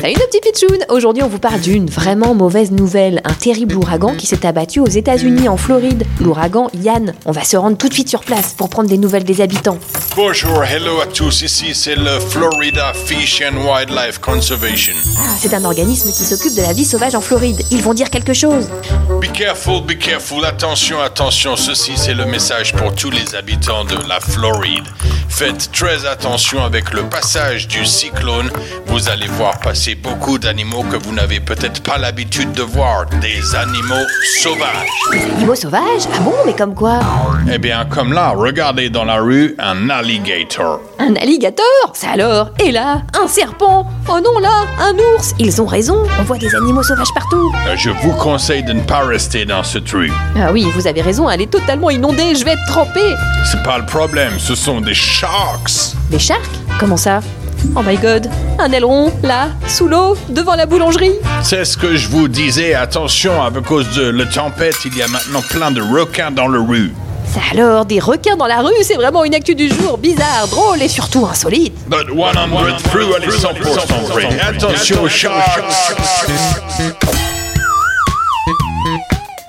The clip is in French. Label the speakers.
Speaker 1: Salut nos petits pitchouns Aujourd'hui on vous parle d'une vraiment mauvaise nouvelle, un terrible ouragan qui s'est abattu aux États-Unis en Floride, l'ouragan Yann. On va se rendre tout de suite sur place pour prendre des nouvelles des habitants.
Speaker 2: Bonjour, hello à tous, ici c'est le Florida Fish and Wildlife Conservation.
Speaker 1: Ah, c'est un organisme qui s'occupe de la vie sauvage en Floride. Ils vont dire quelque chose.
Speaker 2: Be careful, be careful, attention, attention, ceci c'est le message pour tous les habitants de la Floride. Faites très attention avec le passage du cyclone, vous allez voir passer beaucoup d'animaux que vous n'avez peut-être pas l'habitude de voir, des animaux sauvages.
Speaker 1: Animaux sauvages Ah bon, mais comme quoi
Speaker 2: Eh bien, comme là, regardez dans la rue un alligator.
Speaker 1: Un alligator Ça alors Et là, un serpent Oh non là, un ours Ils ont raison, on voit des animaux sauvages partout
Speaker 2: Euh, Je vous conseille de ne pas rester dans ce truc.
Speaker 1: Ah oui, vous avez raison, elle est totalement inondée, je vais être trempée
Speaker 2: C'est pas le problème, ce sont des sharks.
Speaker 1: Des sharks Comment ça Oh my god Un aileron, là, sous l'eau, devant la boulangerie
Speaker 2: C'est ce que je vous disais, attention, à cause de la tempête, il y a maintenant plein de requins dans la rue.
Speaker 1: Ça alors, des requins dans la rue, c'est vraiment une actu du jour, bizarre, drôle et surtout insolite
Speaker 2: But 100 through, elle est 100% vraie. Attention aux sharks.